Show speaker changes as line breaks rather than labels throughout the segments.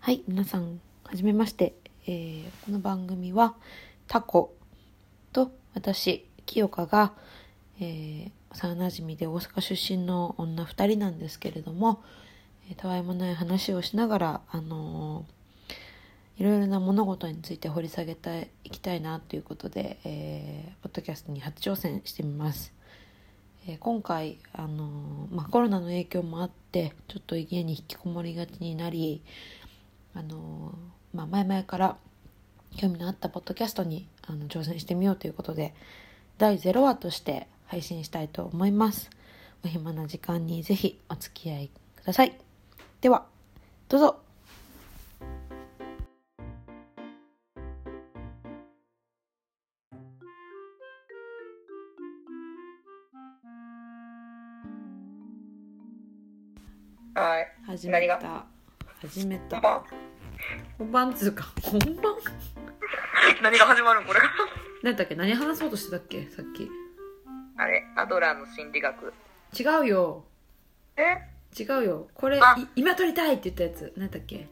はい、皆さん、はじめまして。えーこの番組は、タコと私、清香が、えー幼馴染で大阪出身の女2人なんですけれども、えーたわいもない話をしながら、あのーいろいろな物事について掘り下げていきたいなということで、えーポッドキャストに初挑戦してみます。えー今回、あのーまあ、コロナの影響もあってちょっと家に引きこもりがちになり、あのーまあ、前々から興味のあったポッドキャストにあの挑戦してみようということで第0話として配信したいと思いますお暇な時間にぜひお付き合いくださいではどうぞ
はい。
始め
何
た始めた
まあ、
本番つうか本番
何が始まるんこれ。
何だっけ何話そうとしてたっけさっ
あれ、アドラーの心理学。
き違うよ
え
違うよこれい
あ
今撮りたいって言ったやつ何だっけ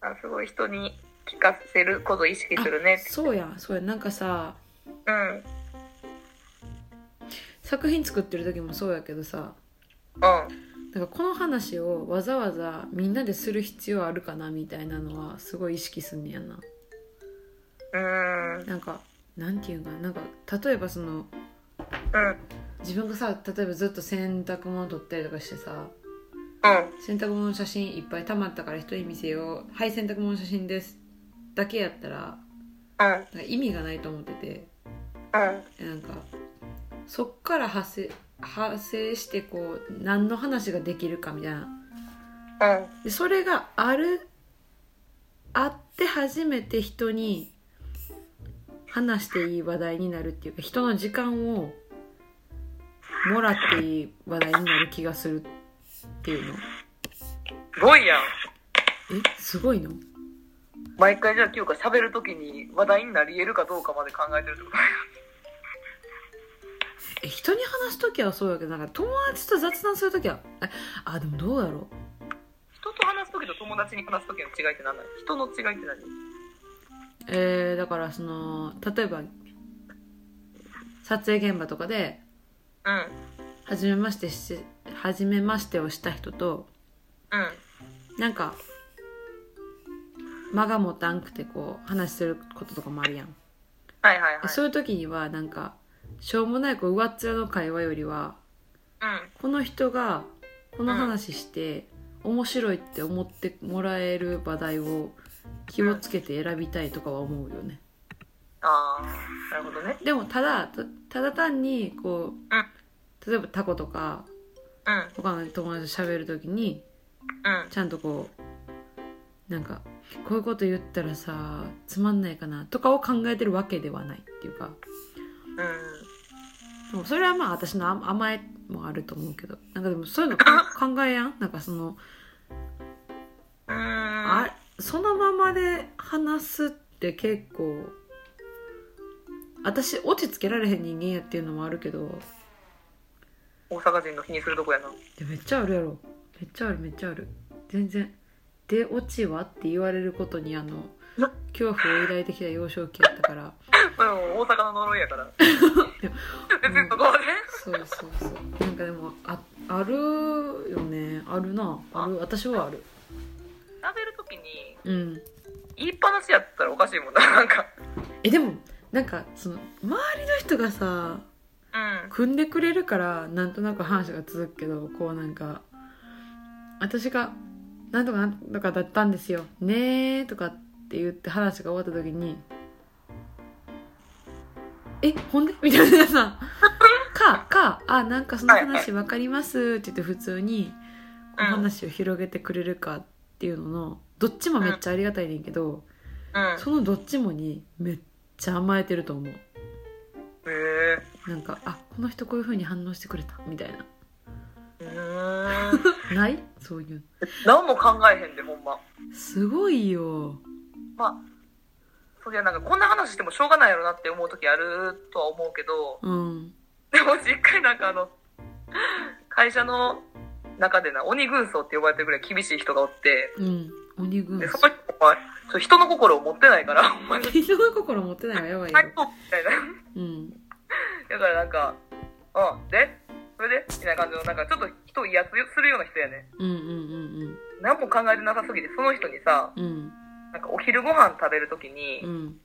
あすごい人に聞かせることを意識するね。
そうやそうやなんかさ
うん。うん。
作品作ってる時もそうやけどさなんかこの話をわざわざみんなでする必要あるかなみたいなのはすごい意識すんねやな
うーん。うん。
なんかなんていうんかななんか例えばその自分がさ例えばずっと洗濯物取ったりとかしてさ
うん。
洗濯物の写真いっぱい溜まったから人に見せようはい洗濯物の写真ですだけやったら
うん。
なんか意味がないと思ってて
うん。
なんかそっから派生派生してこう何の話ができるかみたいな
うん。
でそれがあるあって初めて人に話していい話題になるっていうか人の時間をもらっていい話題になる気がするっていうの
すごいやん。
えすごいの
毎回じゃあ、今日か喋るときに話題になり得るかどうかまで考えてるってこと
え人に話す時はそうやけどなんか友達と雑談する時はえあでもどうやろ
人と話すときと友達に話すときの違いって何なの人の違いって何
うえーだからその例えば撮影現場とかで
うん。
初めましてし初めましてをした人と
うん。
なんか間が持たんくてこう話することとかもあるやん、
はいはいはい。
そういう時にはなんかしょうもないこう上っ面の会話よりは
うん。
この人がこの話して面白いって思ってもらえる話題を気をつけて選びたいとかは思うよね
ああ、なるほどね。
でもただたただ単にこう例えばタコとか
うん。
他の友達と喋る時に
うん。
ちゃんとこうなんかこういうこと言ったらさつまんないかなとかを考えてるわけではないっていうか
うん。
でもそれはまあ私の甘甘えもあると思うけどなんかでもそういうのか考えやんなんかその
うーん。
あそのままで話すって結構私落ち着けられへん人間やっていうのもあるけど
大阪人の気にするとこやな。
でめっちゃあるやろめっちゃあるめっちゃある全然で落ちはって言われることにあの
な
恐怖を抱いてきた幼少期やったから
うん、大阪の呪い やから。別にそこはね。
そうそうそうなんかでもああるよねあるなある私はある
食べるときに、
うん
言いっぱなしやったらおかしいもんな、 なんか。
えでもなんかその周りの人がさ
うん。
組んでくれるからなんとなく話が続くけどこうなんか私が「なんとかなんとかだったんですよねー」とかって言って話が終わった時に「えほんで?」みたいな さ「かかあなんかその話わかります」って言って普通にこう
うん
話を広げてくれるかっていうののどっちもめっちゃありがたいねんけど
うん。
そのどっちもにめっちゃ甘えてると思う。
へ
なんかあこの人こういう風に反応してくれたみたいな
え。うーん。
ないそういう
何も考えへんで、ほんま。
すごいよ
まあ、そりゃなんかこんな話してもしょうがないやろなって思うときあるとは思うけど、
うん
でも一回なんかあの、会社の中でな、鬼軍曹って呼ばれてるぐらい厳しい人がおって、
うん鬼軍
で、
師
その人は、ちょっと人の心を持ってないから、ほんまに。
人の心持ってないわやばいよ
最高みたいな。
うん
だからなんか、うん、で、それでみたいな感じの、なんかちょっと人を威圧するような人やね。
うんうんうん
何も考えてなさすぎて、その人にさ、
うんうん
なんかお昼ご飯食べるときに、
うん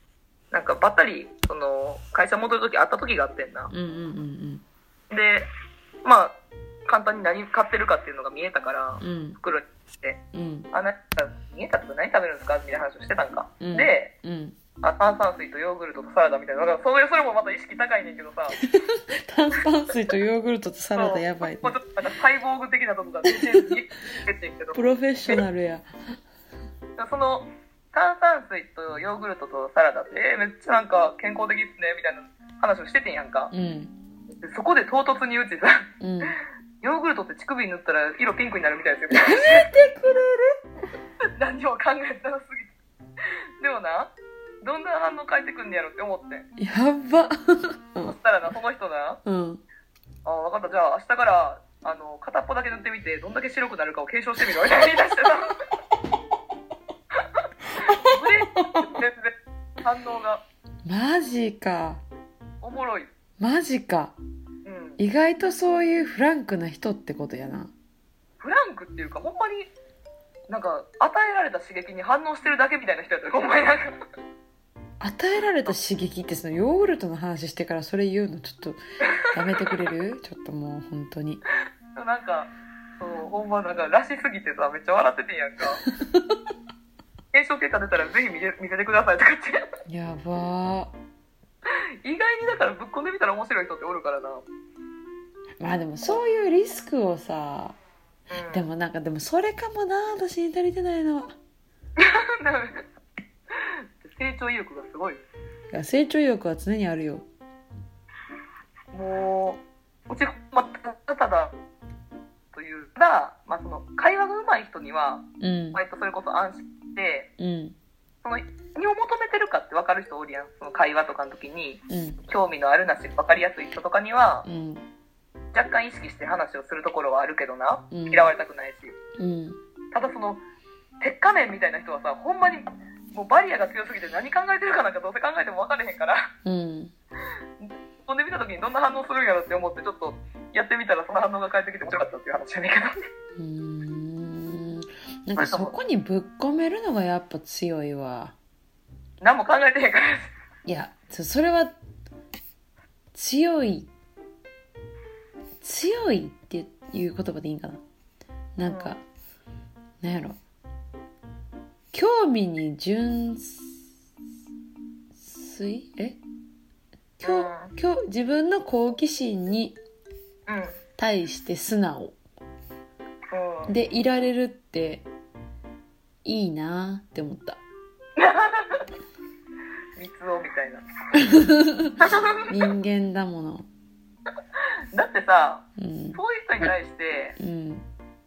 なんかばったり、その、会社戻るとき会ったときがあってんな。
うんうんうん
で、まあ、簡単に何買ってるかっていうのが見えたから、
うん
袋にして、
うん
あ、なんか見えたこと何食べるんですかみたいな話をしてたんか。
うん
で、
うん
あ炭酸水とヨーグルトとサラダみたいな。だからそれ、それもまた意識高いねんけどさ。
炭酸水とヨーグルトと サラダやばいね
もうちょっとなんかサイボーグ的なとこが全然見えて んけど
プ。ロフェッショナルや
その、炭酸水とヨーグルトとサラダって、えーめっちゃなんか健康的っすね、みたいな話をしててんやんか。
うん
でそこで唐突にうちさ、
うん出
ヨーグルトって乳首に塗ったら色ピンクになるみたいですよ。み たいな
てくれる
何にも考えてなさすぎてでもなどんな反応返ってくんねやろって思ってん
やば
そしたらなその人な「
うん
あ分かったじゃあ明日からあの片っぽだけ塗ってみてどんだけ白くなるかを検証してみろ」みたい な言い出してなブレーキ全然反応が
マジか
おもろい
マジか
うん
意外とそういうフランクな人ってことやな
フランクっていうかほんまになんか与えられた刺激に反応してるだけみたいな人やったよほんまになんか
与えられた刺激ってそのヨーグルトの話してからそれ言うのちょっとやめてくれる ちょっともう本当に
なんか、そう、ほんまなんか、らしすぎてさ、めっちゃ笑っててんやんか。検証結果出たらぜひ見て見せてくださいとか言って。
やばー
意外にだからぶっ込んでみたら面白い人っておるからな。うん、
まあでもそういうリスクをさでもなんかでもそれかもな私に足りてないのは
なんか。 成長意欲がすごい。
いや成長意欲は常にあるよ
もう、うち、まあ、ただただ、というか、まあその、会話が上手い人には、
うん
割とそれこそ安心して、
うん
その、何を求めてるかって分かる人おるやん。その会話とかの時に、
うん
興味のあるなし分かりやすい人とかには
う、ん
若干意識して話をするところはあるけどな
うん
嫌われたくないし
うん
ただその鉄仮面みたいな人はさほんまにもうバリアが強すぎて何考えてるかなんかどうせ考えても分かれへんから
うん
飛んでみた時にどんな反応するんやろって思ってちょっとやってみたらその反応が返ってきて面白かったっていう話じゃねえけど
うーんなんかそこにぶっ込めるのがやっぱ強いわ
何も考えてへんから
いやそそれは強い強いっていう言葉でいいんかななんか、なんやろ興味に純粋え興
う
興自分の好奇心に
うん
対して素直
うん
でいられるっていいなって思った
三つ男みたいな
人間だもの
だってさ
うん
そういう人に対して
うん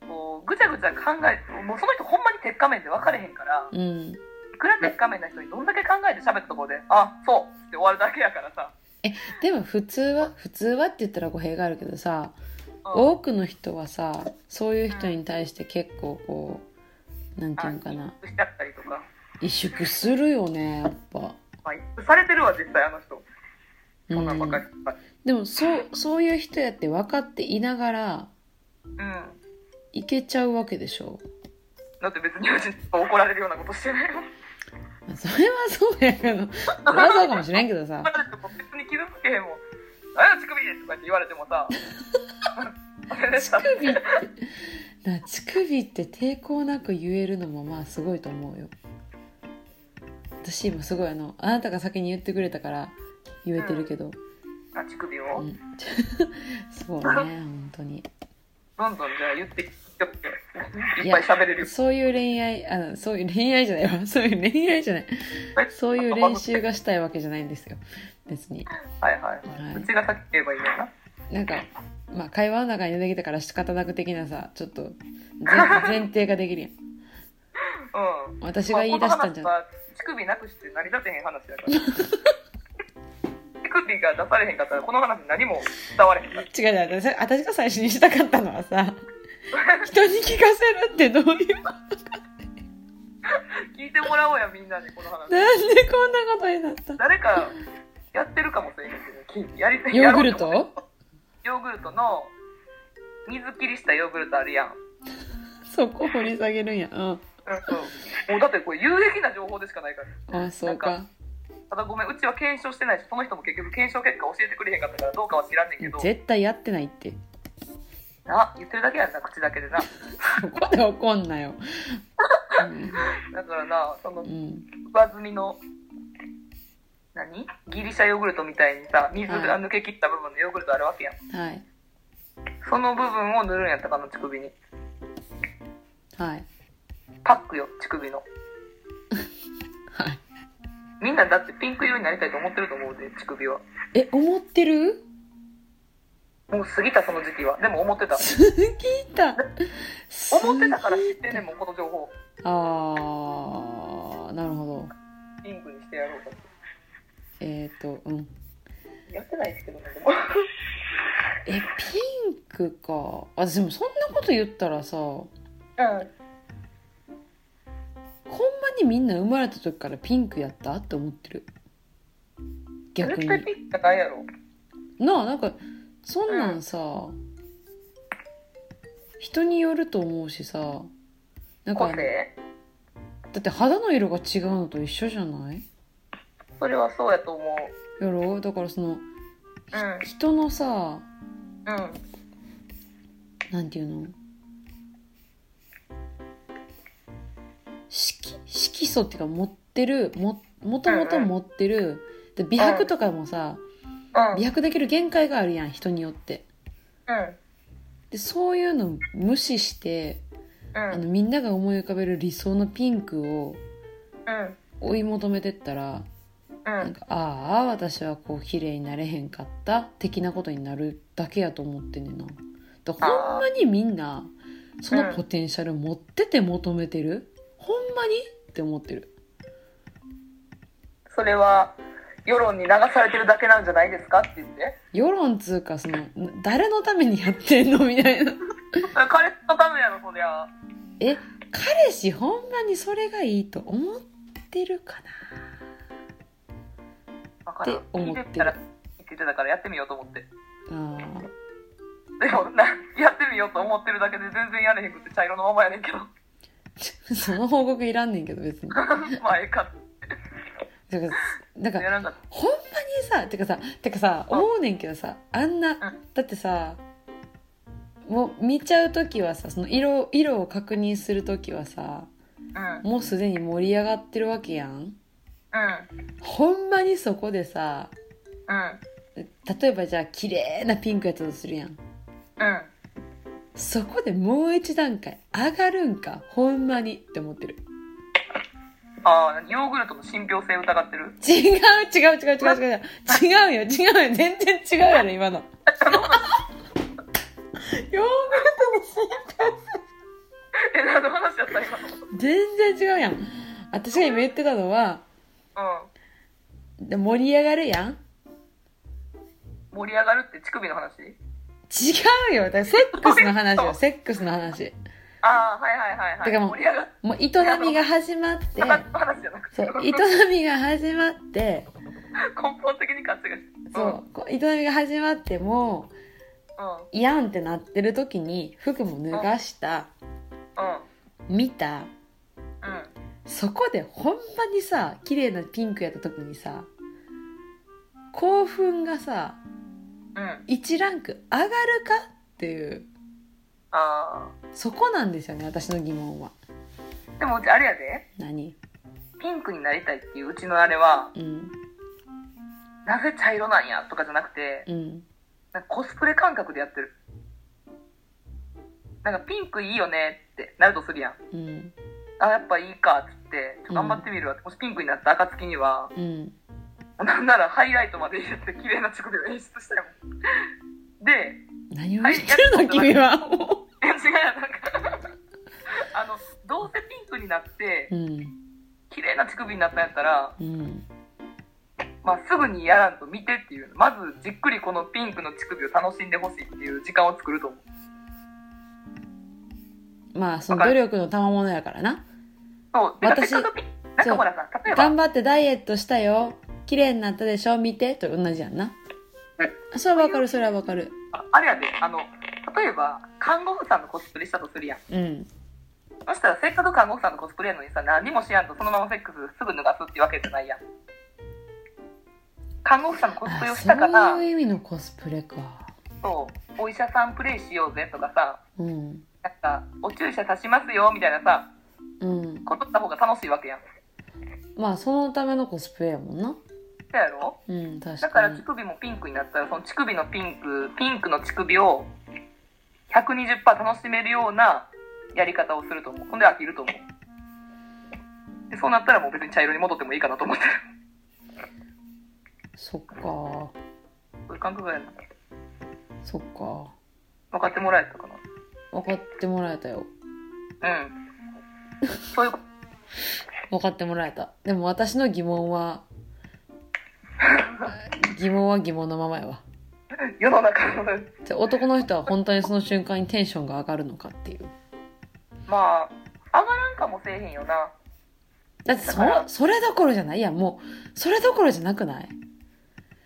こうぐちゃぐちゃ考えもうその人ほんまに鉄仮面で分かれへんから
うん
いくら鉄仮面な人にどんだけ考えて喋ったところで「あそう」って終わるだけやからさ、
でも普通は普通はって言ったら語弊があるけどさ
うん
多くの人はさそういう人に対して結構こうなんていうのかな
しちゃったりとか、
萎縮するよねやっぱ、
まあ、されてるわ実際あの人
う
こんなんばっかり
ん、でもそうそういう人やって分かっていながら
うん
いけちゃうわけでしょ
だって別にうち怒られるようなことしてないも ん
まあそれはそうやけどそれはそうかもしれんけどさ
怒られても別に傷つけへんもん「あや乳首です」とかって言われてもさ「あれでし
乳
た」
首ってな乳首って抵抗なく言えるのもまあすごいと思うよ私今すごいあのあなたが先に言ってくれたから言えてるけど、
あ乳首
う
を
ん、 そうね本当に
どんどんじゃあ言ってきていっぱい喋れるよ
そういう恋愛あのそういう恋愛じゃないわ そういう恋愛じゃないそういう練習がしたいわけじゃないんですよ別に
はいはい、
はいう
ちが先言えばいいんだよな
なんかまあ会話の中に出てきたから仕方なく的なさちょっと 前前提ができるやん
うん
私が言い出したんじゃ
ま
な
あ
い
この話は乳首なくして成り立てへん話だから乳首が出されへんかったらこの話何も伝われへんから
違う違う私私が最初に したかったのはさ人に聞かせるってどういう
聞いてもらおうや、みんなに、この話。
なんでこんなことになった
誰かやってるかもしれへんけどき、やりたい
ヨーグルト
ヨーグルトの、水切りしたヨーグルトあるやん。
そこ掘り下げるんや。うん。
うんそうもうだってこれ有益な情報でしかないから。
あ、そうか。
ただごめん、うちは検証してないし、その人も結局検証結果教えてくれへんかったからどうかは知らんねんけど、
絶対やってないって。
な、言ってるだけやんな、口だけでな。
そこで怒んなよ。
だからな、その
うん。うん。
上積みの、何ギリシャヨーグルトみたいにさ、水
は
が
い
抜け切った部分のヨーグルトあるわけやん。
はい。
その部分を塗るんやったかな、乳首に。
はい。
パックよ、乳首の。
はい。
みんなだってピンク色になりたいと思ってると思うで、乳首は。
え、思ってる
もう過ぎたその時期は。でも思ってた。
すぎた。
思ってたから知ってんねんもん、この情報。
あー、なるほど。
ピンクにしてやろうと思っ
えっ、ー、と、うん。
て。やってないですけどね、でも。
え、ピンクか。あ、でもそんなこと言ったらさ、ほん
うん。
まにみんな生まれた時からピンクやったって思ってる。逆に
絶。対ピンクじゃないやろ。
なあ、なんか、そんなんさ、人によると思うしさ、なんか
個
あの、
性
だって肌の色が違うのと一緒じゃない
それはそうやと思う。
やろだからその、
うん。
人のさ、
うん。
なんていうの色色素っていうか持ってるももともと持ってるで美白とかもさ
うん。
美白できる限界があるやん人によって
うん。
でそういうの無視して
うん
あ。のみんなが思い浮かべる理想のピンクを
うん。
追い求めてったら
うん。
なんかああ私はこう綺麗になれへんかった的なことになるだけやと思ってんねんなだからほんまにみんなそのポテンシャル持ってて求めてる、ほんまにって思ってる
それは世論に流されてるだけなんじゃないですかって言って
世論つうかその誰のためにやってんのみたいな
彼のためやろそりゃ
え彼氏ほんまにそれがいいと思ってるか
だから
って思ってる
聞いてたら聞いてたからやってみようと思って
なあー
でもなやってみようと思ってるだけで全然やれへんくって茶色のままやねんけど
ち その報告いらんねんけど別にだか
まあええかっ
らなん
て
か
やらんかった
ほんまにさてかさてかさ
うん
思うねんけどさあんなだってさもう見ちゃう時はさその色色を確認する時はさ
うん
もうすでに盛り上がってるわけやん
うん
ほんまにそこでさ
うん
例えばじゃあ綺麗なピンクやったとするやん
うん
そこでもう一段階上がるんかほんまにって思ってる
ああヨーグルトの信憑性疑ってる
違う違う違う違う違う違うよ違うよ全然違うやろ今のヨーグルトの
え何の話やった今のうん
全然違うやん私が今言ってたのはで盛り上がるやん
盛り上がるって乳首の話
違うよだからセックスの話よセックスの話
ああはいはいはいはい
てかもう
盛り上がる
もう営みが始ま って
話の話じゃなくて
そう営みが始まって
根本的に勘違いしてる
そうこう営みが始まってもう
うん
いやんってなってる時に服も脱がした
うん
見た
う
そこでほんまにさ綺麗なピンクやった時にさ興奮がさ
ん。うん。
1ランク上がるかっていう
あ
そこなんですよね私の疑問は
あ。でもうちあれやで、
何
ピンクになりたいっていううちのあれは、
うん
なぜ茶色なんやとかじゃなくて、
うん
なんかコスプレ感覚でやってる。なんかピンクいいよねってなるとするや
う
ん。
ん
あ、やっぱいいかっつって、ちょっと頑張ってみるわ。もしピンクになった暁には、
うん
なんならハイライトまで入れて綺麗な乳首を演出したいもん。で、
何を言ってるの君は。
いや違うやんなんかあの、どうせピンクになって
う、ん。
綺麗な乳首になったんやったら、
うん。
まあ、すぐにやらんと見てっていうまずじっくりこのピンクの乳首を楽しんでほしいっていう時間を作ると思う
まあ、その努力の賜物やからな。
そう。てか
私
せっかくピなんかほらさ、例えば、
頑張ってダイエットしたよ綺麗になったでしょ見てと同じやんなそれはわかるそれはわかる
ああれやで、あの、例えば、看護婦さんのコスプレしたとするやん。
うん
そしたら、せっかく看護婦さんのコスプレやのにさ、何もしやんとそのままセックスすぐ脱がすってわけじゃないやん。看護婦さんのコスプレ
あ
をしたから
そう、いう意味のコスプレか
そう、お医者さんプレイしようぜとかさ、
うん
なんか、お注射刺しますよみたいなさ、
うん
ことった方が楽しいわけやん。
まあそのためのコスプレやもんな
そうやろ
うん確
だか
からに
乳首もピンクになったら、その乳首のピンク、ピンクの乳首を120%楽しめるようなやり方をすると思う。ほんで飽きると思う。で、そうなったらもう別に茶色に戻ってもいいかなと思ってる。
そっか
そういう感覚やな。
そっか
分かってもらえたか
分かってもらえたよ
な。うん。そういうこ
分かってもらえたでも私の疑問は 疑問は疑問のままやわ
と。世の中の、
じゃあ男の人は本当にその瞬間にテンションが上がるのかっていう
まあ、上がらんかもせえへんよな。
だってそ
だから
それどころじゃないいやもうそれどころじゃなくない、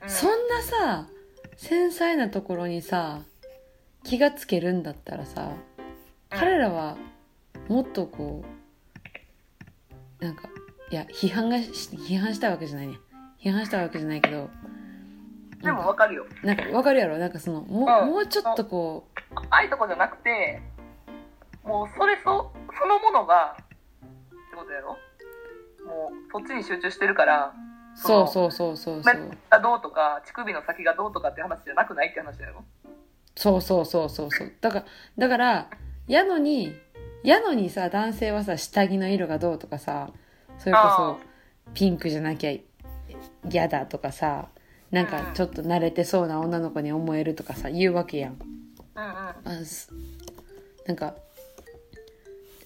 うん、
そんなさ繊細なところにさ気がつけるんだったらさ彼らはもっとこうなんかいや批判がし批判したわけじゃないね批判したわけじゃないけど
で
な
も
んか
分かるよ。
なんかわかるやろなんかそのも,、う
うん
もうちょっとこ
ああいうとこじゃなくて、もうそれそそのものが、ってことやろもうそっちに集中してるから、
う
そ
そううそうそうそうそ
目
う
がどうとか、乳首の先がどうとかって話じゃなくないって話だよ。
そうそうそうそうそうだからだからやのにやのにさ男性はさ下着の色がどうとかさそれこ
あ
そピンクじゃなきゃ嫌だとかさなんかちょっと慣れてそうな女の子に思えるとかさ言うわけやん
うんうん。
あすなんか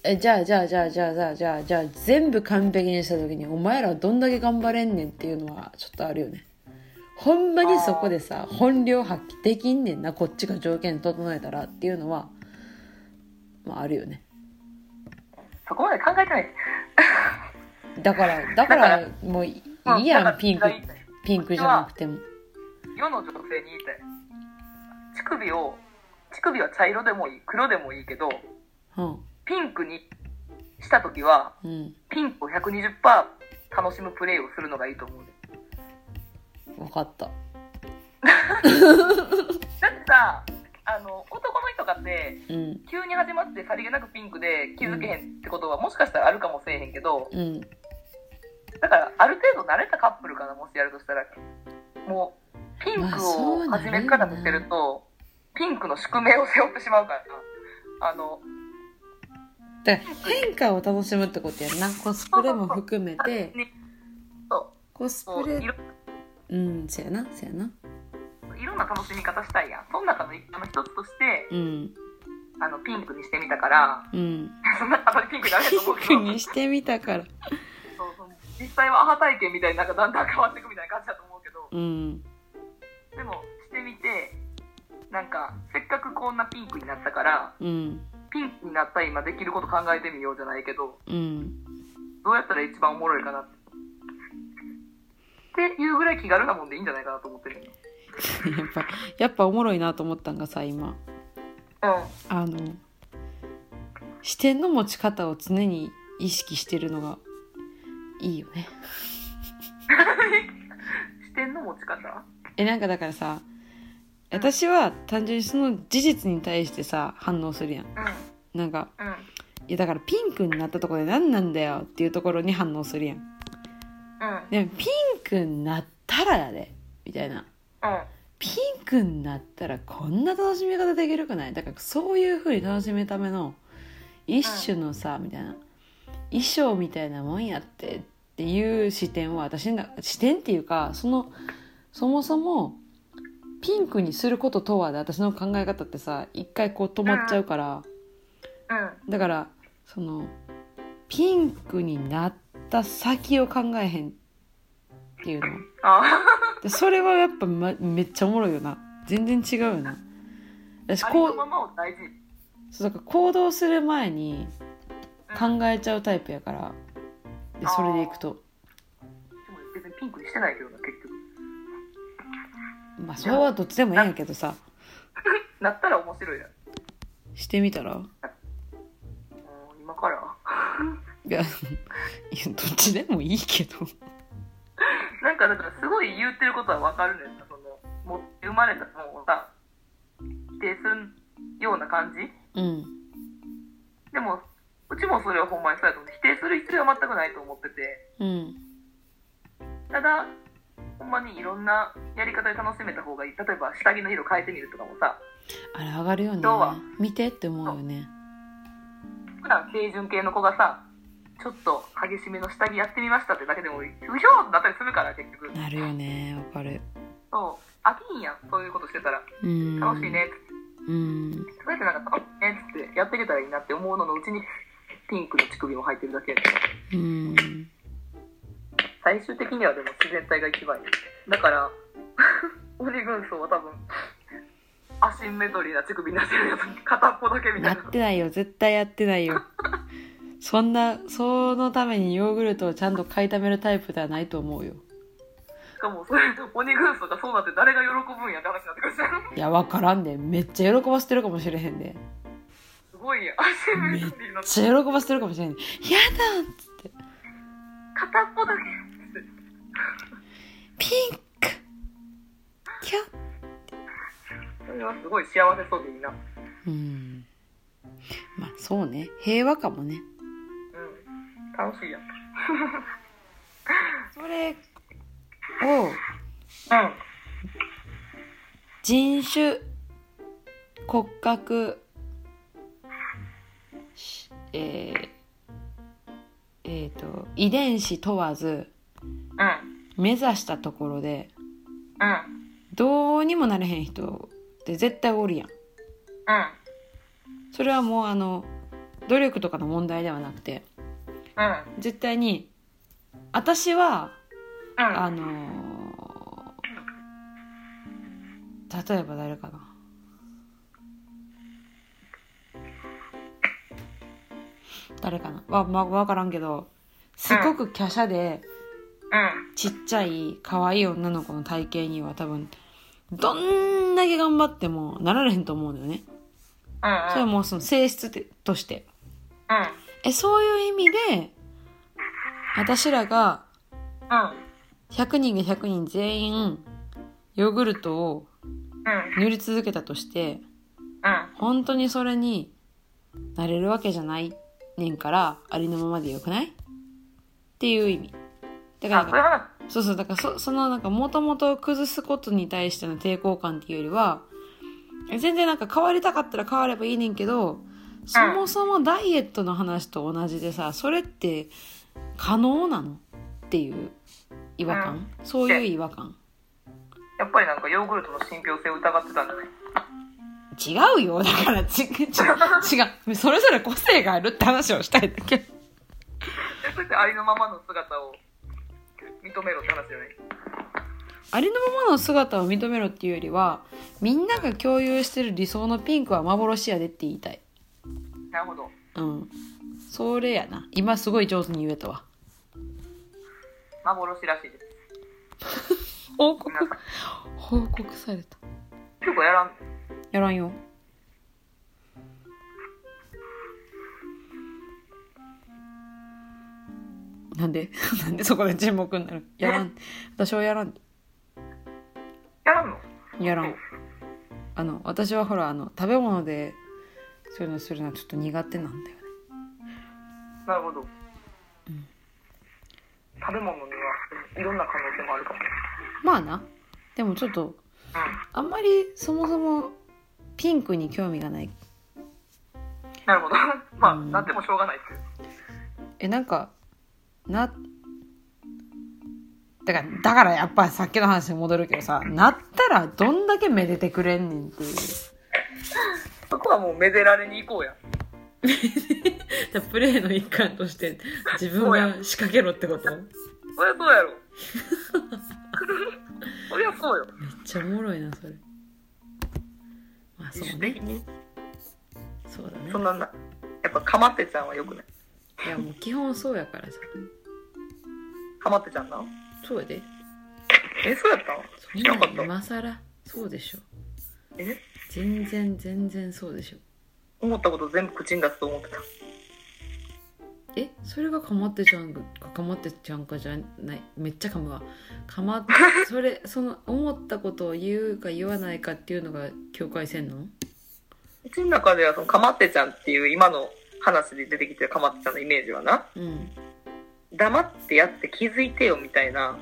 えじゃあじゃあじゃあじゃあじゃあじゃあじゃあ全部完璧にした時にお前らはどんだけ頑張れんねんっていうのはちょっとあるよねほんまにそこでさ本領発揮できんねんなこっちが条件整えたらっていうのはまああるよね
そこまで考えてない。
だからだからもうい
うん
い
だか
や
ら
んピンク
だから言いたい
ピンクじゃなくても
世の女性に言いたい。乳首を、乳首は茶色でもいい、黒でもいいけど、
うん
ピンクにしたときは、
うん
ピンクを120%楽しむプレイをするのがいいと思うね。
分かった
だってさ、あの、男の人かって、
うん
急に始まってさりげなくピンクで気づけへんってことはもしかしたらあるかもしれへんけど
うん
だからある程度慣れたカップルかなもしやるとしたらもうピン
まあ
ク
そ
を
うなる
始
よな
め方としてるとピンクの宿命を背負ってしまうからなあの
だから変化を楽しむってことやんなコスプレも含めて
ねそ
コス
うも
プ
う
レ
いろ
うんそやなそやない
ろんな楽しみ方したいやんその中の一あの一つとして
うん
あのピンクにしてみたから
うん
そんなあまりピンクになれないと思うけど
ピンクにしてみたから
そうそう実際はアハ体験みたいになんかだんだん変わっていくみたいな感じだと思うけど
うん
でもしてみてなんかせっかくこんなピンクになったから
うん
ピンクになった今できること考えてみようじゃないけど
うん
どうやったら一番おもろいかなってっていうぐらい気軽なもんでいいんじゃないかなと思って
や
る
っぱやっぱおもろいなと思ったんがさ今
うん
あの視点の持ち方を常に意識してるのがいいよね
視点の持ち方う
えなんかだからさ私は単純にその事実に対してさ反応するやん
ん
なんか
うん
いやだからピンクになったところで何なんだよっていうところに反応するやん
うん
でもピンクになったらやでみたいな
うん
ピンクになったらこんな楽しみ方できるくないだからそういう風に楽しむための一種のさ、みたいな衣装みたいなもんやってっていう視点は私の視点っていうかそのそもそもピンクにすることとはで私の考え方ってさ一回こう止まっちゃうから、
うん
だからそのピンクになった先を考えへんっていうの
あ
でそれはやっぱ、ま、めっちゃおもろいよな全然違うよな私
あり
こ
の
う
ままを大事に
そうだから行動する前に
うん
考えちゃうタイプやから、やそれでいくと
でも別にピンクにしてないけどな、結局。
まあそれはどっちでもいいんやけどさ
なったら面白いやん。
してみたら
うん今から。
いやいやどっちでもいいけど
なんかだからすごい言ってることはわかるねんなその、持って生まれたものをさ、否定するような感じ
うん
でも、うちもそれはほんまにそうやと思う。否定する必要は全くないと思ってて、
うん
ただ、ほんまにいろんなやり方で楽しめた方がいい。例えば下着の色変えてみるとかもさ、
あれ上がるよね
どうは
見てって思うよね
普段清純系の子がさ、ちょっと激しめの下着やってみましたってだけでも、うひょーってなったりするから、結局。
なるよねわかる
そう、飽きんやん、そういうことしてたら。
うん
楽しいね、
うん
そうやってなんか楽しいねっつってやっていけたらいいなって思うののうちに、ピンクの乳首も入ってるだけやね
うん
最終的にはでも自然体が一番いいだから鬼軍曹は多分アシンメトリーな乳首になってるやつ片っぽだ けみた
ない
な
ってないよ絶対やってないよそんなそのためにヨーグルトをちゃんと買いためるタイプではないと思うよ
しかもそれ鬼軍曹がそうなって誰が喜ぶんやって話になってくるじゃ
い
ん
やわからんで、めっちゃ喜ばせてるかもしれへんで、
すごいやんアシンメトリーな
めっちゃ喜ばせてるかもしれへんでやだっつって
片っぽだけ
ピンクキャッ
それはすごい幸せそうでいいなうん
うんまあそうね平和かもね
楽しいやんう
それを
ん
人種骨格しえーえーと遺伝子問わず
うん
目指したところで
うん
どうにもなれへん人って絶対おるやん
うん
それはもうあの努力とかの問題ではなくて
うん
絶対に私は
うん
あのー例えば誰かな誰かなわ、ま、わからんけどすごく華奢で
うん
ちっちゃい可愛い女の子の体型には多分どんだけ頑張ってもなられへんと思うんだよね。
うん
それはもうその性質てとして。
うん
え、そういう意味で私らが
うん
100人が100人全員ヨーグルトを塗り続けたとして
う
本当にそれになれるわけじゃないねんからありのままでよくないっていう意味だ
んあ
か
そういう
らそうそ
話
うだからそそのなんかもともと崩すことに対しての抵抗感っていうよりはえ全然なんか変わりたかったら変わればいいねんけどそもそもダイエットの話と同じでさそれって可能なのっていう違和感、そういう違和感
やっぱりなんかヨーグルトの信憑性を疑ってたんだね。
違うよだからち違う違うそれぞれ個性があるって話をしたいだけ
えそれってありのままの姿を認めろって話じゃない
ありのままの姿を認めろっていうよりはみんなが共有してる理想のピンクは幻やでって言いたい
なるほど。
うんそれやな今すごい上手に言えたわ
幻らしいです。
報告
皆さん。
報告された
結構やらん。
やらんよなんで なんでそこで沈黙になるやら ん私はやらん
やらんの
やらんあの私はほらあの食べ物でそういうのするのはちょっと苦手なんだよね
なるほど。
うん
食べ物にはいろんな可能性もあるかも。
まあなでもちょっとあんまりそもそもピンクに興味がない
うん。なるほど。 まあ、
うん
なんでもしょうがないっていう。
えなんかなだからだからやっぱりさっきの話に戻るけどさなったらどんだけめでてくれんねんっていう
そこはもうめでられに行こうや。
プレイの一環として自
分が
仕掛けろってことめっ
そりゃそうや ろ。そりゃそうよ。
ちゃおもろいなそれまあそうね
に。
そうだね
そんなんな。やっぱかまってちゃんはよくない。
いやもう基本そうやからさ
ハマってちゃんな
そう やで
えそうやったん
そん
知らんか
な
っ
ん
た
今さらそうでしょ
え
全然全然そうでしょ
思ったこと全部口に出すと思ってた
えそれがかまってちゃんかかまってちゃんかじゃないめっちゃかむわか まそれその思ったことを言うか言わないかっていうのが境界線なの
うちの中ではそのかまってちゃんっていう今の話で出てきてるかまってちゃんのイメージはな
うん
黙ってやって気づいてよみたいな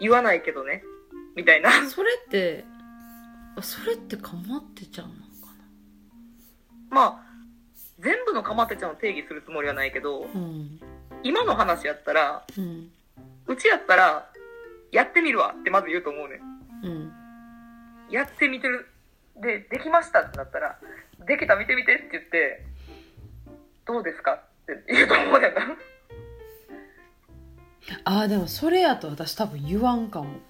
言わないけどねみたいな
それってあそれってかまってちゃんなのか
まあ全部のかまってちゃんを定義するつもりはないけど
なうん
今の話やったら
うん
うちやったらやってみるわってまず言うと思うねん
うん
やってみてる。で、できましたってなったら、できた見てみてって言って、どうですかって言うと思うねんな。
あーでもそれやと私多分言わんかも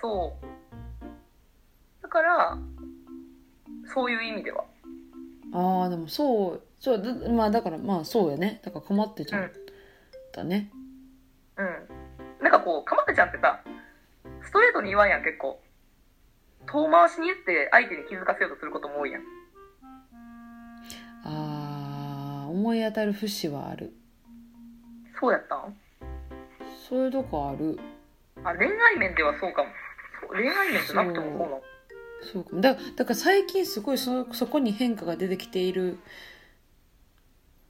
そう。だから、そういう意味では。
ああでもそうそうだまあだからまあそうやねだからかまってちゃんだね
うん。なんかこう、かまってちゃんってさ、ストレートに言わんやん、結構。遠回しに言って相手に気づかせようとすることも多いやん。
ああ思い当たる節はある
そうやったん
そういうとこある
あ、恋愛面ではそうかも。そう恋愛面じゃなくてもそうなの。
そうかもだだから最近すごいそそこに変化が出てきている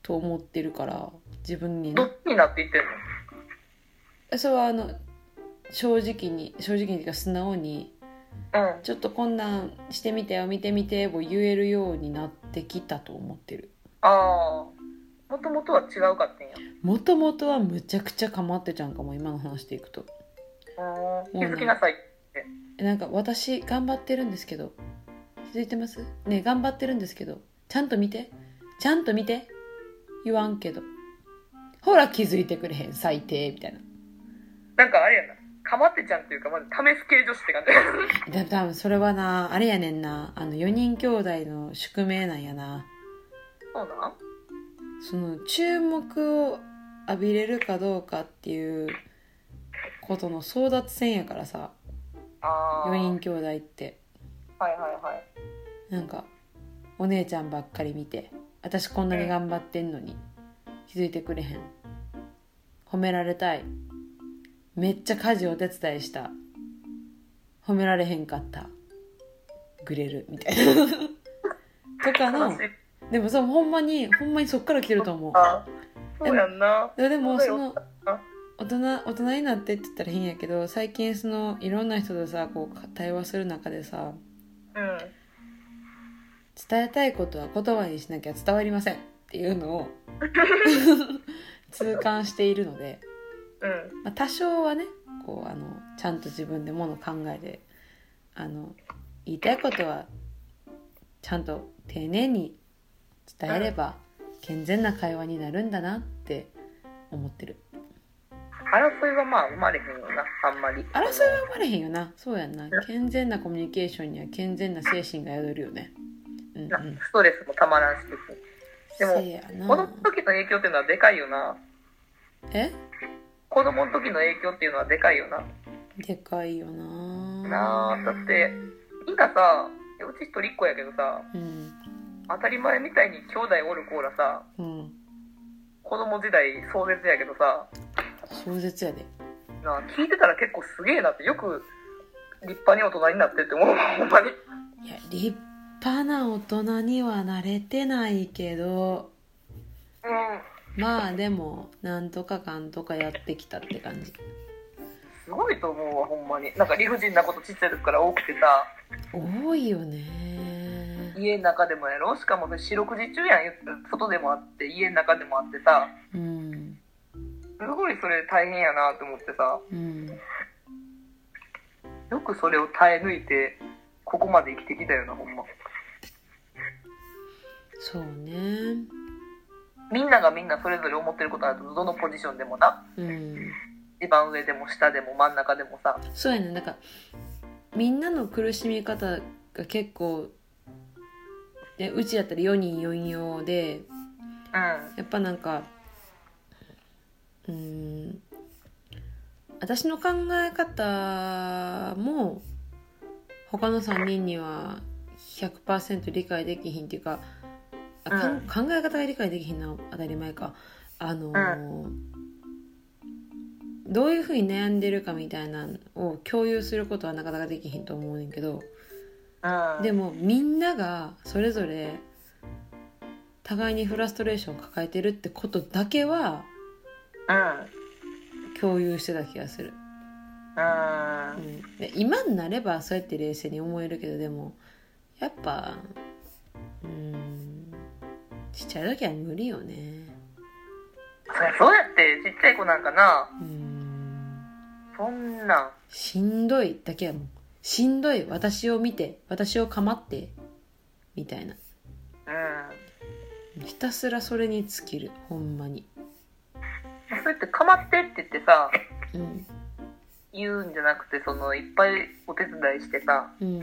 と思ってるから自分に
ど
ね
っちになっていってんの
それはあの正直に正直にっていうか素直に
うん。
ちょっとこんなんしてみてよ見てみてを言えるようになってきたと思ってる
ああ、もともとは違うかってんや。
もともとはむちゃくちゃかまってちゃんかも今の話でいくと
うん
うん
気づきなさい。
なんか私頑張ってるんですけど気づいてますねえ頑張ってるんですけどちゃんと見てちゃんと見て言わんけどほら気づいてくれへん最低みたいな
なんかあれやな。かまってちゃんっていうか、まず試す系女子って感じ。
だ多分それはなあれやねんなあの4人兄弟の宿命なんやな
そうなん
その注目を浴びれるかどうかっていうことの争奪戦やからさ
ああ。
4人兄弟って
はいはいはい。
なんかお姉ちゃんばっかり見て私こんなに頑張ってんのに気づいてくれへん褒められたいめっちゃ家事お手伝いした褒められへんかったグレるみたいなとかの
悲しい。
でもそうほんまにほんまにそっから来てると思う
あそうやんな。
ででも
そ
そ
うよ
の大人大人になってって言ったら変やけど最近そのいろんな人とさこう対話する中でさ
うん。
伝えたいことは言葉にしなきゃ伝わりませんっていうの を痛感しているので、
うん。
まあ、多少はねこうあのちゃんと自分でものを考えてあの言いたいことはちゃんと丁寧に伝えれば健全な会話になるんだなって思ってる
争いはまあ生まれへんよな、あんまり。
争いは生まれへんよなそうやんな健全なコミュニケーションには健全な精神が宿るよねうんう
なんストレスもたまらんし、別にでも
せや
子供の
な
時の影響っていうのはでかいよな。
え
子供の時の影響っていうのはでかいよな。
でかいよな
なあだってみんなさ、うち一人っ子やけどさ、
うん
当たり前みたいに兄弟おる子らさ、
うん
子供時代壮絶やけどさ
壮絶やで
なあ聞いてたら結構すげえなってよく立派に大人になってって思うほんまに
いや立派な大人にはなれてないけど
うん
まあでもなんとかかんとかやってきたって感じ
すごいと思うわほんまになんか理不尽なことちっちゃい時から多くてさ
多いよね
家の中でもやろしかも四六時中やん言って外でもあって家の中でもあってさ
うん
すごいそれ大変やなと思ってさ
うん
よくそれを耐え抜いてここまで生きてきたよなほんま
そうね
みんながみんなそれぞれ思ってることあるとどのポジションでもな
うん
一番上でも下でも真ん中でもさ
そうやねなんかみんなの苦しみ方が結構でうちやったら4人4用で
うん
やっぱなんかうーん私の考え方も他の3人には100%理解できひんっていうか,あ、かん考え方が理解できひんな当たり前かあのーどういうふうに悩んでるかみたいなのを共有することはなかなかできひんと思うねんけど
うん。
でもみんながそれぞれ互いにフラストレーションを抱えてるってことだけは
うん。うん。
共有してた気がする、うん、で今になればそうやって冷静に思えるけどでもやっぱうんちっちゃい時は無理よね
そりゃそうやって、ちっちゃい子なんかな。
うん
そんなん。
しんどいだけはもうしんどい私を見て私を構ってみたいな
うん。
ひたすらそれに尽きるほんまに
そうやってかまってって言ってさ、
うん
言うんじゃなくて、その、いっぱいお手伝いしてさ、
うん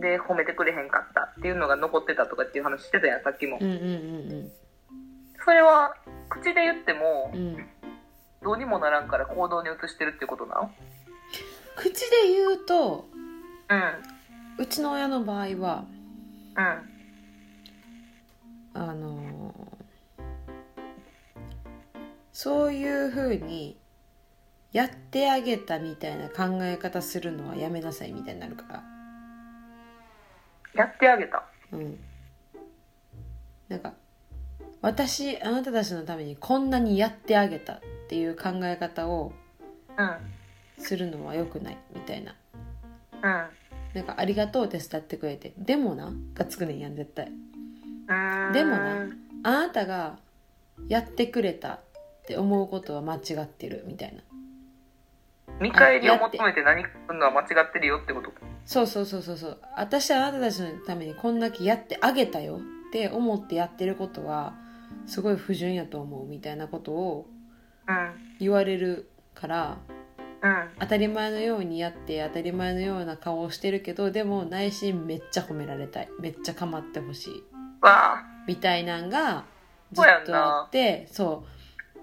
で、褒めてくれへんかったっていうのが残ってたとかっていう話してたやん、さっきも
うんう。んうん
それは、口で言っても
うんう、ん
どうにもならんから行動に移してるっていうことなの
口で言うと
うん。
うちの親の場合は
うん。
あのそういうふうにやってあげたみたいな考え方するのはやめなさいみたいになるから
やってあげた。
うんなんか私あなたたちのためにこんなにやってあげたっていう考え方を
うん。
するのは良くないみたいな
うん。
なんか「ありがとう手伝ってくれて」「でもな」がつくねんやん絶対
うーん。
でもなあなたがやってくれたって思うことは間違ってるみたいな
見返りを求めて何かするのは間違ってるよってこと
そうそうそうそうそう私はあなたたちのためにこんだけやってあげたよって思ってやってることはすごい不純やと思うみたいなことを
うん
言われるから
うん
当たり前のようにやって当たり前のような顔をしてるけどでも内心めっちゃ褒められたいめっちゃ構ってほしい
わあ
みたいなんがずっとあってそ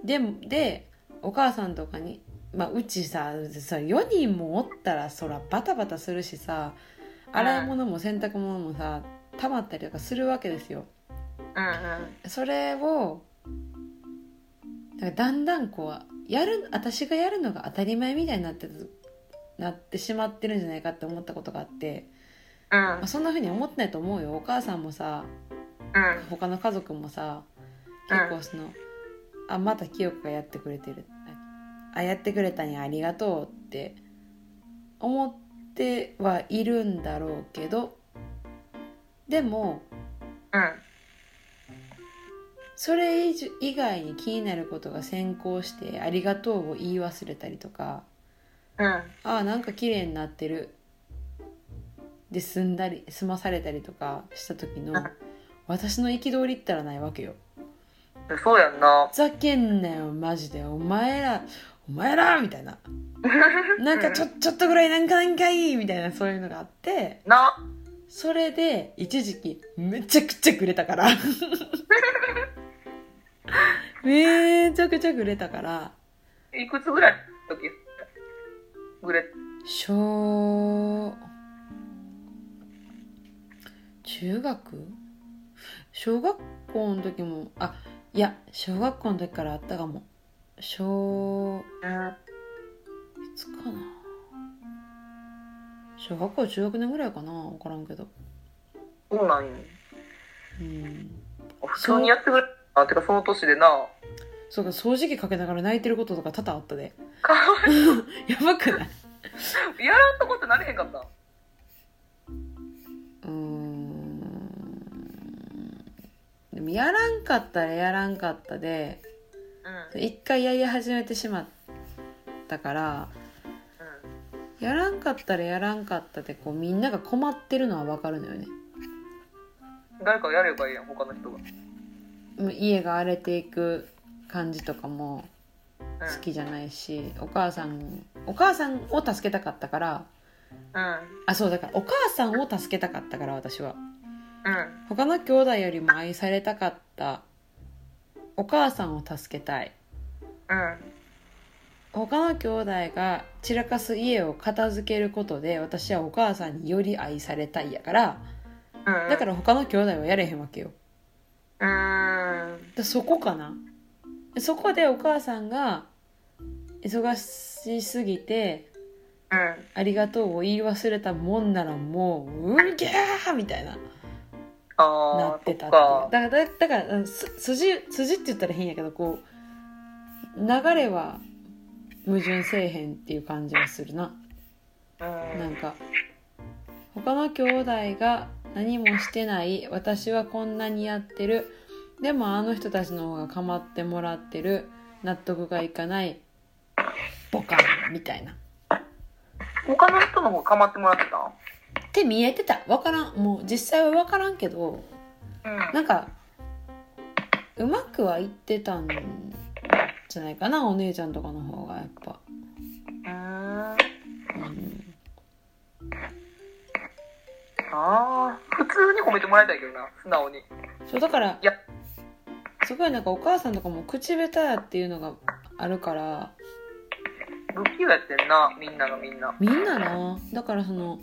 うでもでお母さんとかに、まあ、うちささ4人もおったらそらバタバタするしさ洗い物も洗濯物もさ溜まったりとかするわけですよ。
うん
それをなんかだんだんこうやる私がやるのが当たり前みたいになってたなってしまってるんじゃないかって思ったことがあって、
うんうん
まあ、そんな風に思ってないと思うよお母さんもさ
うん
他の家族もさ結構その、あまた清子がやってくれてるあやってくれたにありがとうって思ってはいるんだろうけどでも
うん
それ以上以外に気になることが先行して「ありがとう」を言い忘れたりとか
うん
「あなんか綺麗になってる」で済んだり済まされたりとかした時の
うん
私の憤りったらないわけよ。
そうやんな
ふざけんなよマジでお前らお前らみたいななんかちょちょっとぐらいなんかなんかいいみたいなそういうのがあって
な
それで一時期めちゃくちゃくれたからめちゃくちゃくれたから
いくつぐらいの時ぐれ
小中学小学校の時もあいや小学校の時からあったかも小
うん
いつかな小学校中学年ぐらいかな分からんけど
そうなんや
うん
普通にやってくれあてかその年でな
そうか掃除機かけながら泣いてることとか多々あったで
かわ
やばくない
いやらんとこってなれへんかった
うーんでもやらんかったらやらんかったで
うん
一回やり始めてしまったからやらんかったらやらんかったでこうみんなが困ってるのは分かるのよね
うん誰かやればいいやん他の人が
もう家が荒れていく感じとかも
うん
好きじゃないしお母さんお母さんを助けたかったから
うん
あそうだからお母さんを助けたかったから私は
うん
他の兄弟よりも愛されたかったお母さんを助けたい
うん。
他の兄弟が散らかす家を片付けることで私はお母さんにより愛されたいやから
うん。、
だから他の兄弟はやれへんわけよだから
うーん。
らそこかなそこでお母さんが忙しすぎて
うん。
「ありがとう」を言い忘れたもんならもう「うんぎゃー!」みたいな
ああ。
なってたって
そっか
だからだだからうんす筋筋って言ったら変やけどこう流れは矛盾せえへんっていう感じがするな
うん。
なんか他の兄弟が何もしてない私はこんなにやってるでもあの人たちの方が構ってもらってる納得がいかないボカンみたいな
他の人の方構ってもらってた
って見えてた分からんもう実際は分からんけど
うん。
なんかうまくはいってたんじゃないかなお姉ちゃんとかの方がやっぱ、
うーん。
うん、
ああ。普通に褒めてもらいたいけどな、素直に。
そうだから
いや
すごいなんかお母さんとかも口下手やっていうのがあるから
不器用やってんな、みんながみんな。
みんななだからその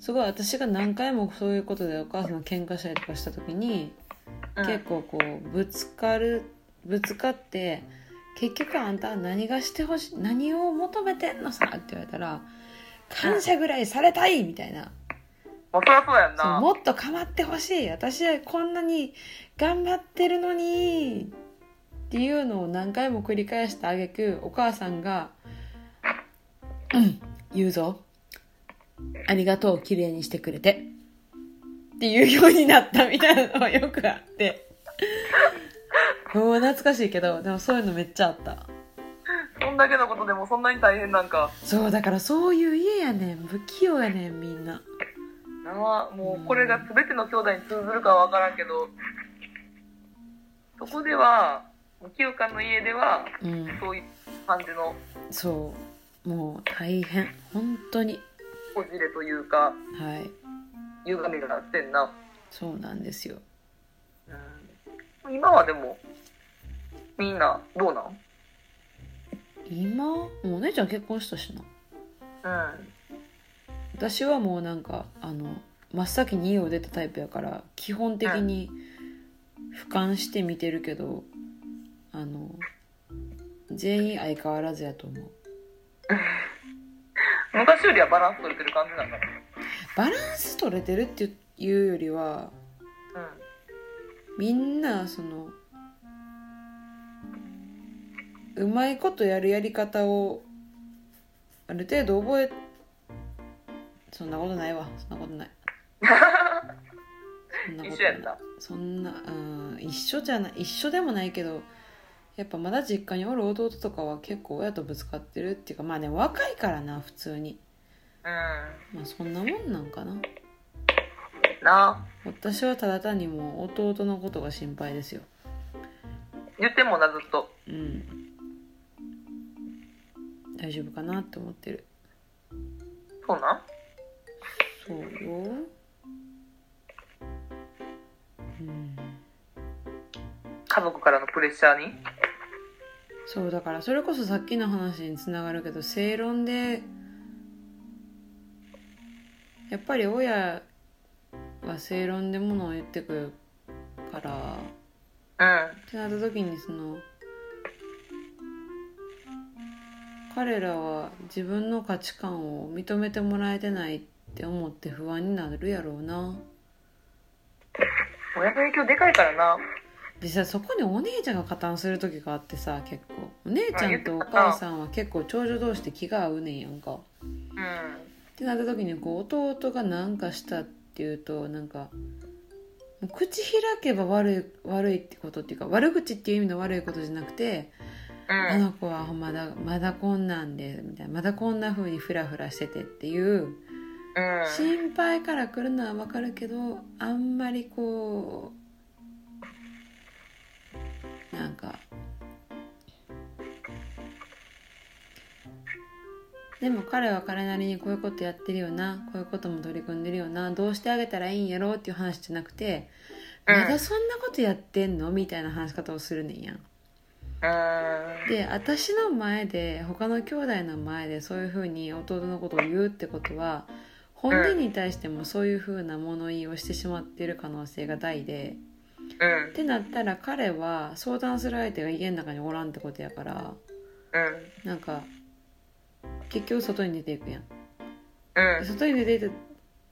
すごい私が何回もそういうことでお母さんが喧嘩したりとかした時に
うん。
結構こうぶつかるぶつかって結局あんたは何がしてほしい何を求めてんのさって言われたら感謝ぐらいされたいみたいな
まあ、そりゃそうやん
そう
な。
もっと構ってほしい私はこんなに頑張ってるのにっていうのを何回も繰り返した挙句お母さんが「うん言うぞありがとう綺麗にしてくれて」っていうようになったみたいなのはよくあってもう懐かしいけどでもそういうのめっちゃあった
そんだけのことでもそんなに大変なんか。
そうだからそういう家やねん不器用やねんみんな
なあ、もうこれが全ての兄弟に通ずるかは分からんけど、そこでは、無休館の家では、
うん
そういう感じの
そうもう大変本当に
こじれというか、
はい
歪みがあってんな。
そうなんですよ
うん、今はでも、みんな、どうなん
今もうお姉ちゃん結婚したしな
うん。
私はもうなんかあの真っ先に家を出たタイプやから基本的に俯瞰して見てるけどあの全員相変わらずやと思う
昔よりはバランス取れてる感じなんだ。
バランス取れてるっていうよりは
う
みんなそのうまいことやるやり方をある程度覚えそんなことないわそんなことないそんな
ん。
こと
一緒
な
や
い
った。
そんなうん一緒じゃない一緒でもないけどやっぱまだ実家におる弟とかは結構親とぶつかってるっていうかまあね若いからな普通に
う。
まあそんなもんなんかなん
なあ。
私はただ単にもう弟のことが心配ですよ
言ってんもんな、ずっと。
うん大丈夫かなって思ってる
そうなん
そうようん
家族からのプレッシャーに。
そうだからそれこそさっきの話につながるけど正論でやっぱり親は正論でものを言ってくるから
うん。
ってなった時にその彼らは自分の価値観を認めてもらえてないって思って不安になるやろうな
親の影響でかいからな。
でさそこにお姉ちゃんが加担する時があってさ結構お姉ちゃんとお
あ言ってたな
母さんは結構長女同士で気が合うねんやんか
うん。
ってなった時にこう弟が何かしたっていうとなんかもう口開けば悪い悪いってことっていうか悪口っていう意味の悪いことじゃなくて
う
あ
ん。
の子はまだまだこんなんでみたいなまだこんな風にフラフラしててっていう
うん。
心配から来るのはわかるけどあんまりこうなんかでも彼は彼なりにこういうことやってるよなこういうことも取り組んでるよなどうしてあげたらいいんやろうっていう話じゃなくて
うん
まだそんなことやってんのみたいな話し方をするねんやん。
うん
で私の前で他の兄弟の前でそういうふうに弟のことを言うってことは本人に対してもそういうふうな物言いをしてしまっている可能性が大で
うん
ってなったら彼は相談する相手が家の中におらんってことやから
うん
なんか結局外に出ていくやん
うん
外に出て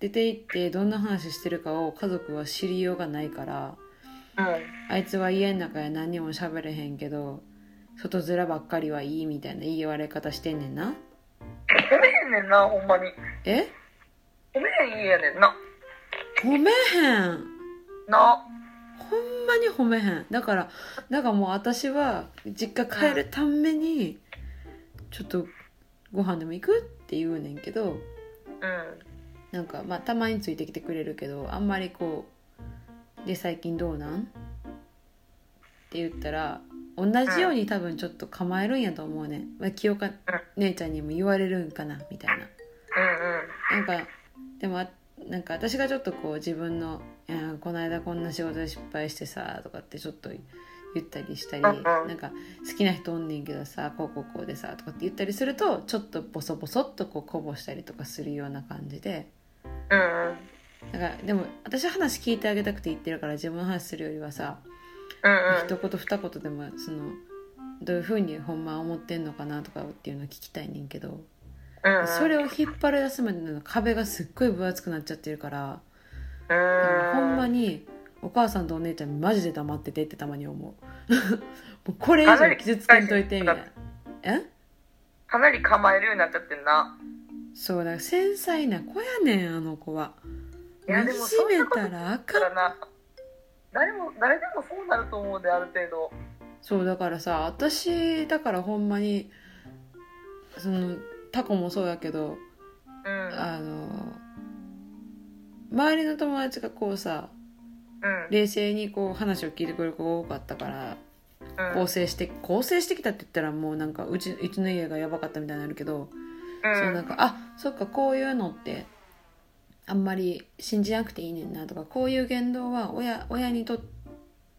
出て行ってどんな話してるかを家族は知りようがないからあいつは家の中で何にも喋れへんけど外面ばっかりはいいみたいな言われ方してんねんな
褒めへんねんなほんまに
え
褒めへん家やねんな
褒めへん
な
ほんまに褒めへんだからだからもう私は実家帰るたんめにちょっとご飯でも行くって言うねんけど
うん
なんかまあたまについてきてくれるけどあんまりこう「で最近どうなん?」って言ったら同じように多分ちょっと構えるんやと思うねん、まあ、清香姉ちゃんにも言われるんかなみたいな
う
な
ん
んかでもあなんか私がちょっとこう自分の「いやーこの間こんな仕事で失敗してさ」とかってちょっと言ったりしたり
うんうん
なんか好きな人おんねんけどさこうこうこうでさとかって言ったりするとちょっとボソボソっとこうこぼしたりとかするような感じで
うんうんうん
だからでも私は話聞いてあげたくて言ってるから自分の話するよりはさ
うんうん
一言二言でもそのどういうふうにほんまは思ってんのかなとかっていうのを聞きたいねんけど
うん
それを引っ張り出すまでの壁がすっごい分厚くなっちゃってるから。
うん
ほんまにお母さんとお姉ちゃんマジで黙っててってたまに思う もうこれ以
かな
上
り
傷つけんといてみたいなえ
かなり構えるようになっちゃってんな
そうだから繊細な子やねんあの子はいい
やでも
じめたらあか
だ
ん
からな誰も誰でもそうなると思うである程度
そうだからさ私だからほんまにそのタコもそうやけど
うん
あの周りの友達がこうさ
うん
冷静にこう話を聞いてくれる子が多かったから
うん
構成して構成してきたって言ったらもうなんかうちうちの家がやばかったみたいになるけど、
うん
そうなんかあそっかこういうのってあんまり信じなくていいねんなとかこういう言動は親親にとっ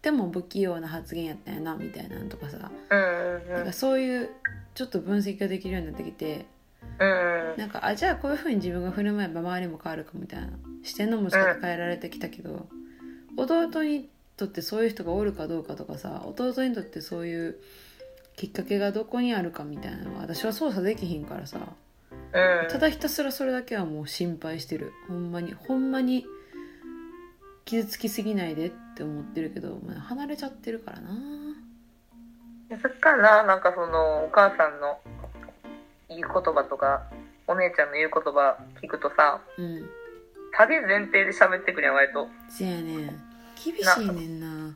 ても不器用な発言やったんやなみたいなのとかさ、
うんうん
なんかそういうちょっと分析ができるようになってきて
うん
なんかあじゃあこういうふうに自分が振る舞えば周りも変わるかみたいな視点の持ち方変えられてきたけど、弟にとってそういう人がおるかどうかとかさ弟にとってそういうきっかけがどこにあるかみたいなのは私は操作できひんからさ
うん
ただひたすらそれだけはもう心配してるほんまにほんまに傷つきすぎないでって思ってるけど、まあ、離れちゃってるからな
でそっからなんかそのお母さんの言う言葉とかお姉ちゃんの言う言葉聞くとさ
うん
旅前提で喋ってくれん割と
せやねん厳しいねんな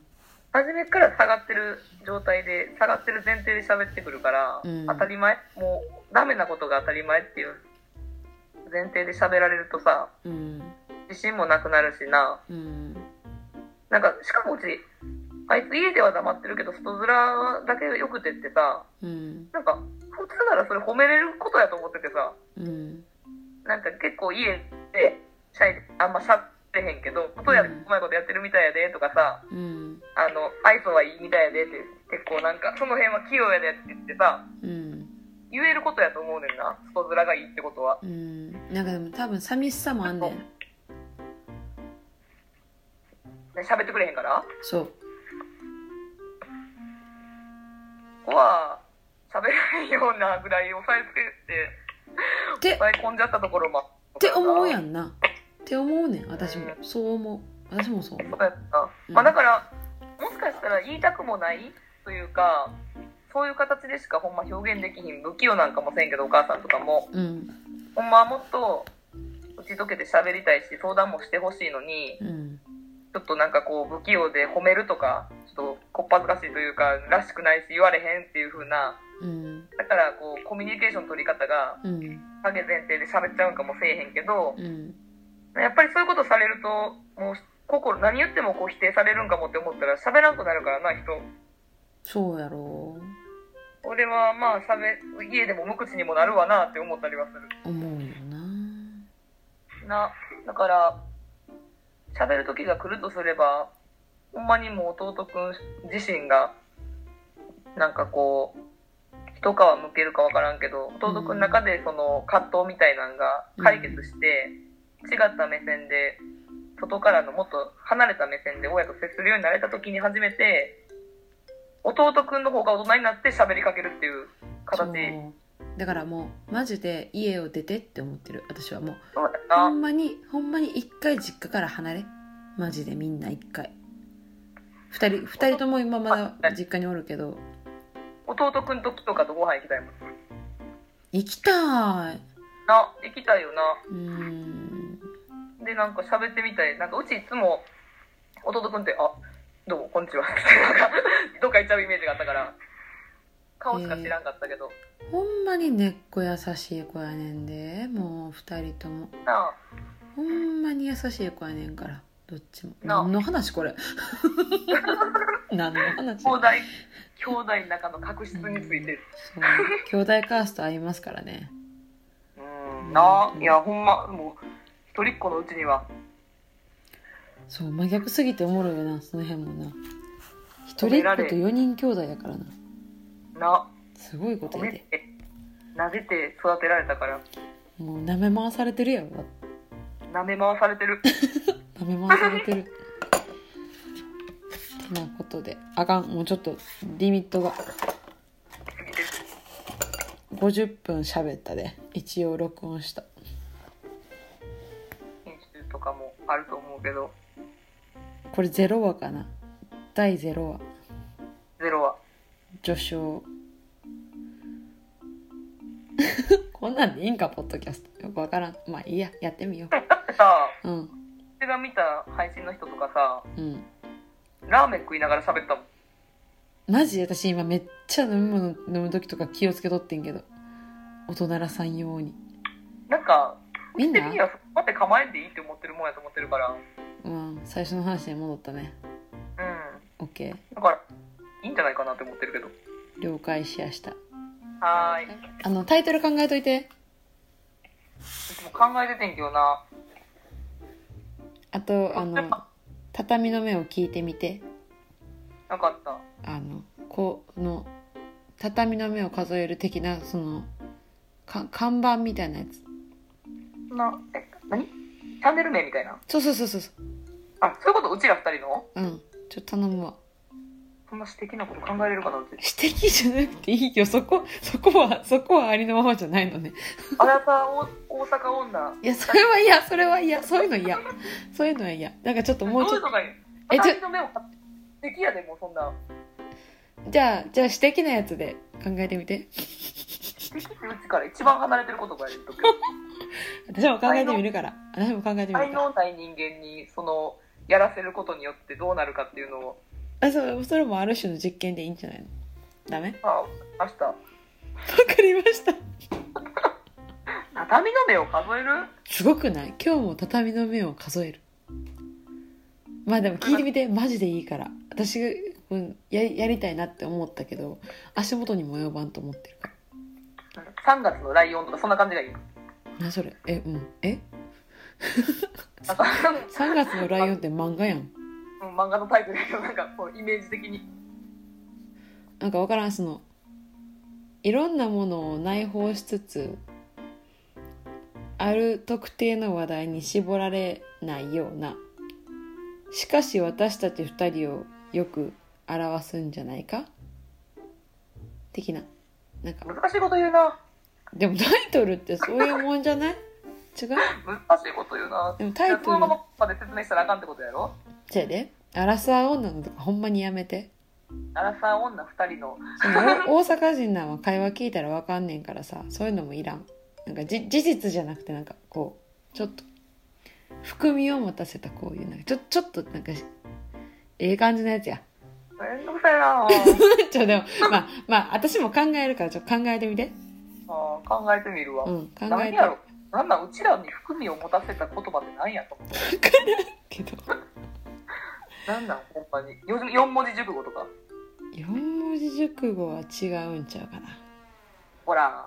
初めから下がってる状態で下がってる前提で喋ってくるから、
うん
当たり前もうダメなことが当たり前っていう前提で喋られるとさ
うん
自信もなくなるしな
うん
なんかしかもうちあいつ家では黙ってるけど外面だけよくてってさ
うん
なんか普通ならそれ褒めれることやと思っててさ
うん
なんか結構家でシャイあんましゃべれへんけど外やで
うん
うまいことやってるみたいやでとかさ
うん
あの愛想はいいみたいやでって結構なんかその辺は器用やでって言ってさ
うん
言えることやと思うねんな外面がいいってことは
うんなんかでも多分寂しさもあんねん
ね喋ってくれへんから
そう
ここは喋れへんようなぐらい押さえつけ
て
て抑え込んじゃったところも
って思うや
ん
んなって思うねん私もそう思う私もそう思
そううやった、
うん
まあだからもしかしたら言いたくもないというかそういう形でしかほんま表現できひん不器用なんかもせんけどお母さんとかも
うん
ほんまはもっと打ち解けて喋りたいし相談もしてほしいのに
うん
ちょっとなんかこう不器用で褒めるとかちょっとこっぱずかしいというからしくないし言われへんっていう風な
うん
だからこうコミュニケーション取り方が
うん
影前提で喋っちゃうんかもせえへんけど
うん
やっぱりそういうことされるともう心何言ってもこう否定されるんかもって思ったら喋らんくなるからな人
そうやろ
俺はまあ喋家でも無口にもなるわなって思ったりはする
う思うよな
なだから喋る時が来るとすればほんまにもう弟くん自身がなんかこう一皮むけるか分からんけど弟くんの中でその葛藤みたいなんが解決して、違った目線で外からのもっと離れた目線で親と接するようになれた時に初めて弟くんの方が大人になって喋りかけるっていう形そう
そうだからもうマジで家を出てって思ってる私はもう
や
ほ
なん
まにほんまに一回実家から離れマジでみんな一回二人二人とも今まだ実家におるけど
弟くんととかとご飯行きたいもん
行きたい
な行きたいよな
うーん
でなんか喋ってみたいなんかうちいつも弟くんって「あどうもこんにちは」 ってなんかどっか行っちゃうイメージがあったから顔しか知らんかったけど、
ほんまに根っこ優しい子やねんでもう二人とも
なあ
ほんまに優しい子やねんからどっちも
なあ
何の話これ 何の話
兄弟兄弟の中の確執について
そう兄弟カーストありますからね
うんなあいやほんまもう一人っ子のうちには
そう真逆すぎておもろいよなその辺もな一人っ子と4人兄弟だからな
な
すごいこと
褒
や
め
で
て撫でて育てられたから
もう舐め回されてるやろ
舐め回されてる
舐め回されてるてなことであかんもうちょっとリミットが50分喋ったで一応録音した
編集とかもあると思うけど
これ0話かな第0話
ゼロは
序章 こんなんでいいんかポッドキャストよくわからんまあいいややってみよ
さあ
ううん
私が見た配信の人とかさ
うん
ラーメン食いながら喋ったもん
マジで私今めっちゃ飲み物飲む時とか気をつけとってんけど大人らさん用に
なんか
みん
見てみ
な、
はそこまで構えんでいいって思ってるもんやと思ってるからうん
うん、最初の話に戻ったね
だ
OK
からいいんじゃないかなって思ってるけど
了解シェアした
はーいい
あのタイトル考えといて
つも考えててんけどな
あとあの「畳の目を聞いてみて
なかった」
あのこの「畳の目を数える」的なそのか看板みたいなやつ
なえ何チャンネル名みたいな
そうそうそうそうそう
あそういうことうちら二人の
うんちょっと頼むわ
そんな私的なこと考えれるかなうち
指摘じゃなくていいよそこそこはそこはありのままじゃないのね
あらさお大阪女
いや、それは嫌、それは嫌、そういうの嫌。そういうのは嫌。なんかちょっともうち
ど
ょ
い
っ
のがいい
えちょ
私の目を素敵やでもうそんな
と、じゃあ、じゃあ、私的なやつで考えてみて。
敵ってうちから一番離れてることがやるとき
私も考えてみるから。私も考えてみ
才
るから。
能ない人間にそのやらせることによってどうなるかっていうのを
あ、そう、それもある種の実験でいいんじゃないのダメわ
あ明日
かりました。
畳の目を数える
すごくない今日も畳の目を数える。まあでも聞いてみて、マジでいいから。私が、うん、ややりたいなって思ったけど、足元にも及ばんと思ってるから。
3月のライオンとかそんな感じがいい
なそれえ、うん。え
なんか
?3 月のライオンって漫画やん。
うん漫画のタイトルだけどなんかこうイメージ的に
なんかわからんそのいろんなものを内包しつつある特定の話題に絞られないようなしかし私たち二人をよく表すんじゃないか的ななんか
難しいこと言うな
でもタイトルってそういうもんじゃない違う
難しいこと言うな
でもタイ
そ
ト
の
ル
まままで説明したらあかんってことやろ
じゃあね「アラサー女の」とかほんまにやめて
アラサー女2人の
そのお 大阪人なんは会話聞いたらわかんねんからさそういうのもいらんなんかじ事実じゃなくてなんかこうちょっと含みを持たせたこういうなんかちょちょっとなんかしええ感じのやつや
めんどくさいなあ
ちょでもまあまあ私も考えるからちょっと考えてみて
ー考えてみるわ、
うん考え
何
て
やろなんなんうちらに含みを持たせた言葉って何やと思って
けど
なんなんほんまに 4, 四文字熟語とか
4文字熟語は違うんちゃうかな
ほら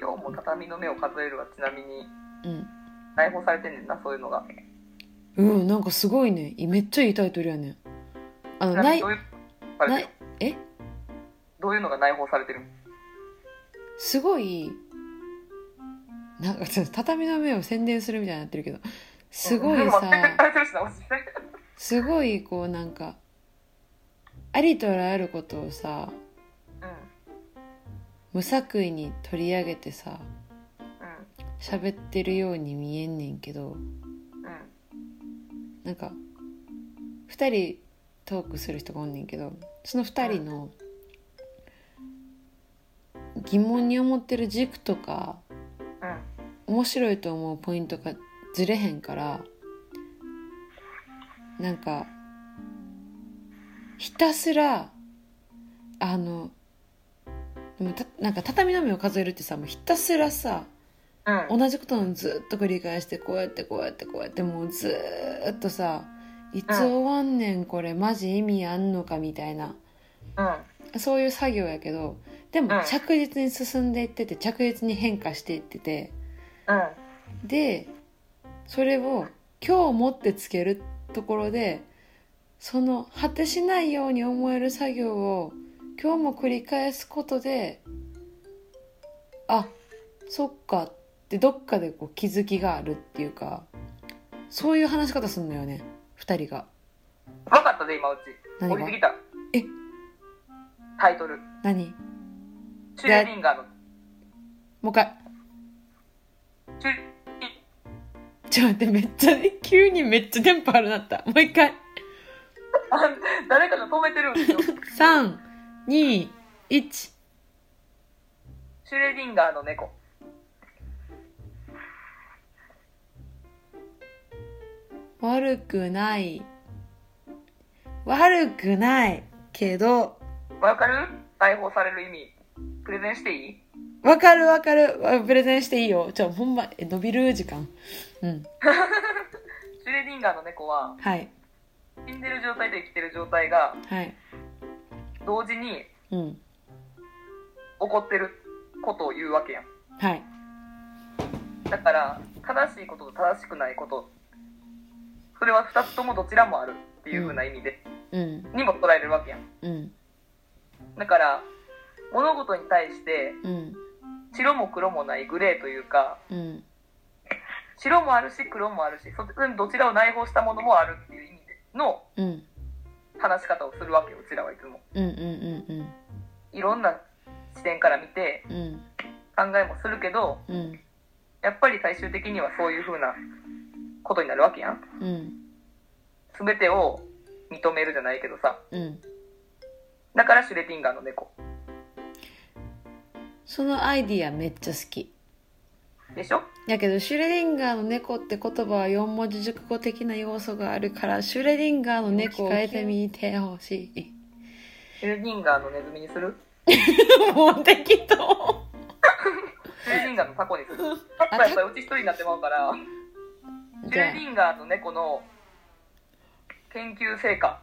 今日も畳の目を数えるはちなみに
うん。
内包されてんねんな、そういうのが。
うん、なんかすごいね。めっちゃいいタイトルやねん。あの、
ちなみ
ない
にどう、いうされて
な
る
い、え
どういうのが内包されてる
すごい、なんかちょっと畳の目を宣伝するみたいになってるけど、すごい
うん全く
さ
さ、れてるしな、マジで。
すごいこうなんか、ありとあらゆることをさ、
うん。
無作為に取り上げてさ、
う
喋ってるように見えんねんけど、
ん。うん。
なんか2人トークする人がおんねんけどその2人の疑問に思ってる軸とか
うん。
面白いと思うポイントがずれへんからなんかひたすらあのでもたなんか畳の目を数えるってさもうひたすらさ
うん。
同じことのずっと繰り返してこうやってこうやってこうやってもうずーっとさいつ終わんねんこれマジ意味あんのかみたいな
うん。
そういう作業やけどでも
うん
着実に進んでいってて着実に変化していってて
うん。
でそれを今日持ってつけるところでその果てしないように思える作業を今日も繰り返すことであそっかってどっかでこう気づきがあるっていうかそういう話し方すんのよね二人が
わかったで、今うち。
何
降
が
りてきた。
え
タイトル。
何
チューリンガーの。
もう一回
チュー
ちょっと待ってめっちゃね急にめっちゃテンポ悪なったもう一回
あ誰かが止めてるんですよ。
321
シュレディンガーの猫。
悪くない悪くないけど
わかる内包される意味。プレゼンしていい
わかるわかるあプレゼンしていいよちょほんまえ伸びる時間うん
シュレディンガーの猫は、
はい
死んでる状態と生きてる状態が、
はい
同時に起
うん
こってることを言うわけやん。
はい
だから、正しいことと正しくないこと、それは二つともどちらもあるっていうふうな意味で、
うん
にも捉えれるわけやん。
うん
だから、物事に対して、
うん
白も黒もないグレーというか、
うん
白もあるし黒もあるし、そどちらを内包したものもあるっていう意味での
うん
話し方をするわけよ、うちらはいつも。
うんうんうんうん
いろんな視点から見て
うん
考えもするけど、
うん
やっぱり最終的にはそういう風なことになるわけやん。
うん
全てを認めるじゃないけどさ。
うん
だからシュレティンガーの猫。
そのアイディアめっちゃ好き
でしょ
だけどシュレディンガーの猫って言葉は4文字熟語的な要素があるからシュレディンガーの猫を変えてみてほしい
シュレティンガーのネズミにする
もう適当
シュレティンガーのタコにする。タコはやっぱりうち一人になってまうから、シュ
じゃ
レティンガーの猫の研究成果。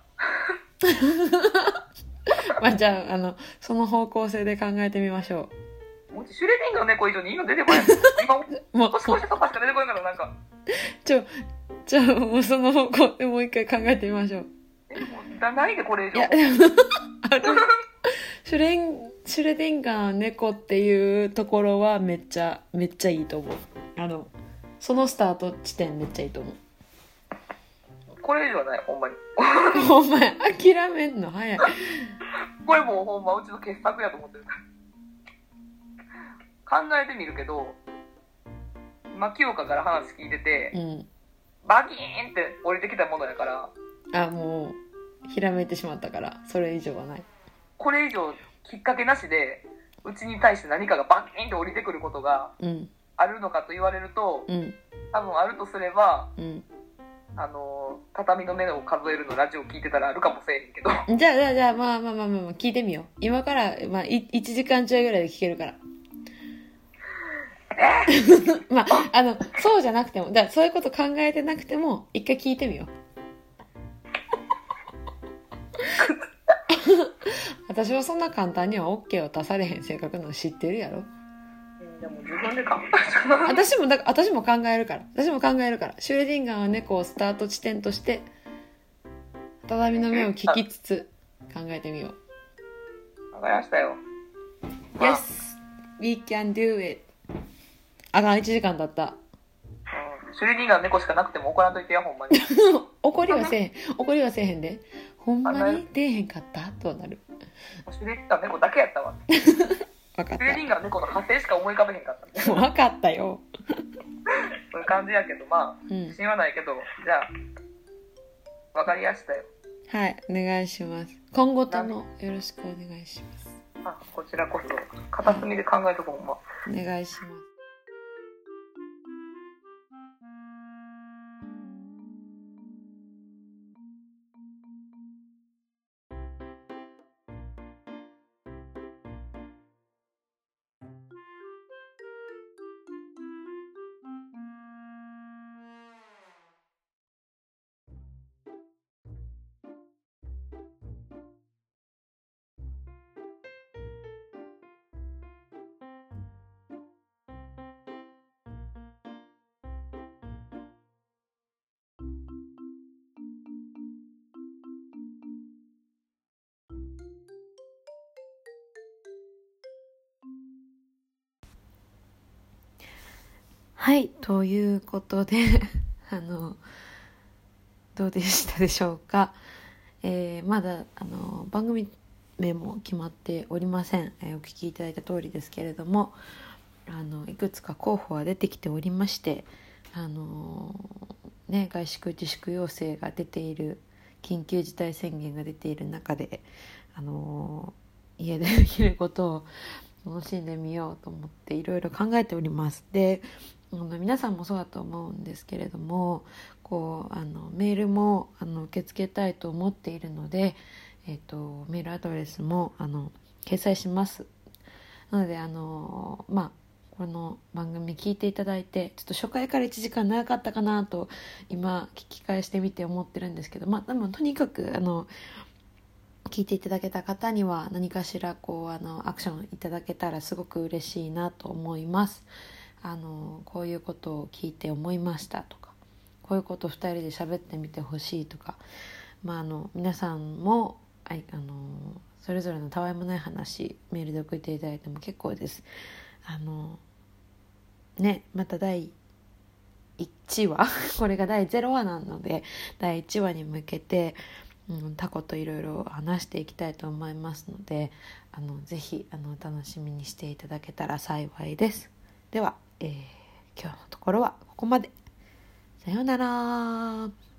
あ、まあ、じゃああのその方向性で考えてみましょ
もうシュレティンガーの猫以上に今出てこない。今、
うもう
年越しとかしか出てこないからなんか、
ちょちょもうその方向でもう一回考えてみましょう
え、もうだないでこれ以
い
上。
やあるシュレンシュレディンガーの猫っていうところはめっちゃめっちゃいいと思うあのそのスタート地点めっちゃいいと 思う
これ以上はない、ほんまに。
お前諦めんの早い
これもうほんまうちの傑作やと思ってるから。考えてみるけど、今清岡から話聞いてて
う、ん
バギーンって降りてきたものやから、
あもうひらめいてしまったからそれ以上はない
これ以上きっかけなしで、うちに対して何かがバギーンって降りてくることが
うん
あるのかと言われると、
うん
多分あるとすれば、
うん
あのの、畳の目を数えるのラジオ聞いてたらあるかもしれへんけど。
じゃあ、じゃあ、じゃあ、まあまあまあまあまあ、聞いてみよう。今から、まあ、い1時間ちょいぐらいで聞けるから。 まあ、あの、そうじゃなくても、だからそういうこと考えてなくても、一回聞いてみよう。 私はそんな簡単には OK を出されへん性格なの知ってるやろ
でも自分でか。
私もだから私も考えるから私も考えるからシュレディンガーは猫をスタート地点として畳の目を聞きつつ考えてみよう
わかりましたよ。まあ
Yes we can do it あがん1時間だった
うんシュレディンガーの猫しかなくても怒らんといてや、ほん まに。
怒りはせえへん怒りはせえへんでほんま
あな
に出えへんかったとはなる
シュレディンガーの猫だけやったわ。シ
分かっ
ュレディンガーの猫の派生しか思い浮かべへんかった。
た分かったよ
そういう感じやけど、まあ、
う
自
ん
信はないけど、じゃあ、わかりやしたよ。
はいお願いします今後ともよろしくお願いします
あ、こちらこそ、片隅で考えとこう、ほんま。
お願いしますはい、ということで、 あの、どうでしたでしょうか。えーまだ、あの、番組名も決まっておりません。えーお聞きいただいた通りですけれども、あの、いくつか候補は出てきておりまして、あの、ね、外宿自粛要請が出ている、緊急事態宣言が出ている中で、あの、家でできることを楽しんでみようと思っていろいろ考えております。で、あの皆さんもそうだと思うんですけれどもこうあのメールもあの受け付けたいと思っているので、えっとメールアドレスもあの掲載しますなのであのまあこの番組聞いていただいてちょっと初回から1時間長かったかなと今聞き返してみて思ってるんですけどまあでもとにかくあの聞いていただけた方には何かしらこうあのアクションいただけたらすごく嬉しいなと思います。あのこういうことを聞いて思いましたとかこういうこと2人で喋ってみてほしいとか、まあ、あの皆さんもあいあのそれぞれのたわいもない話メールで送っていただいても結構です。あのねまた第1話 これが第0話なので第1話に向けて、うん、タコといろいろ話していきたいと思いますのであのぜひあのお楽しみにしていただけたら幸いです。では、えー今日のところはここまで。さようなら。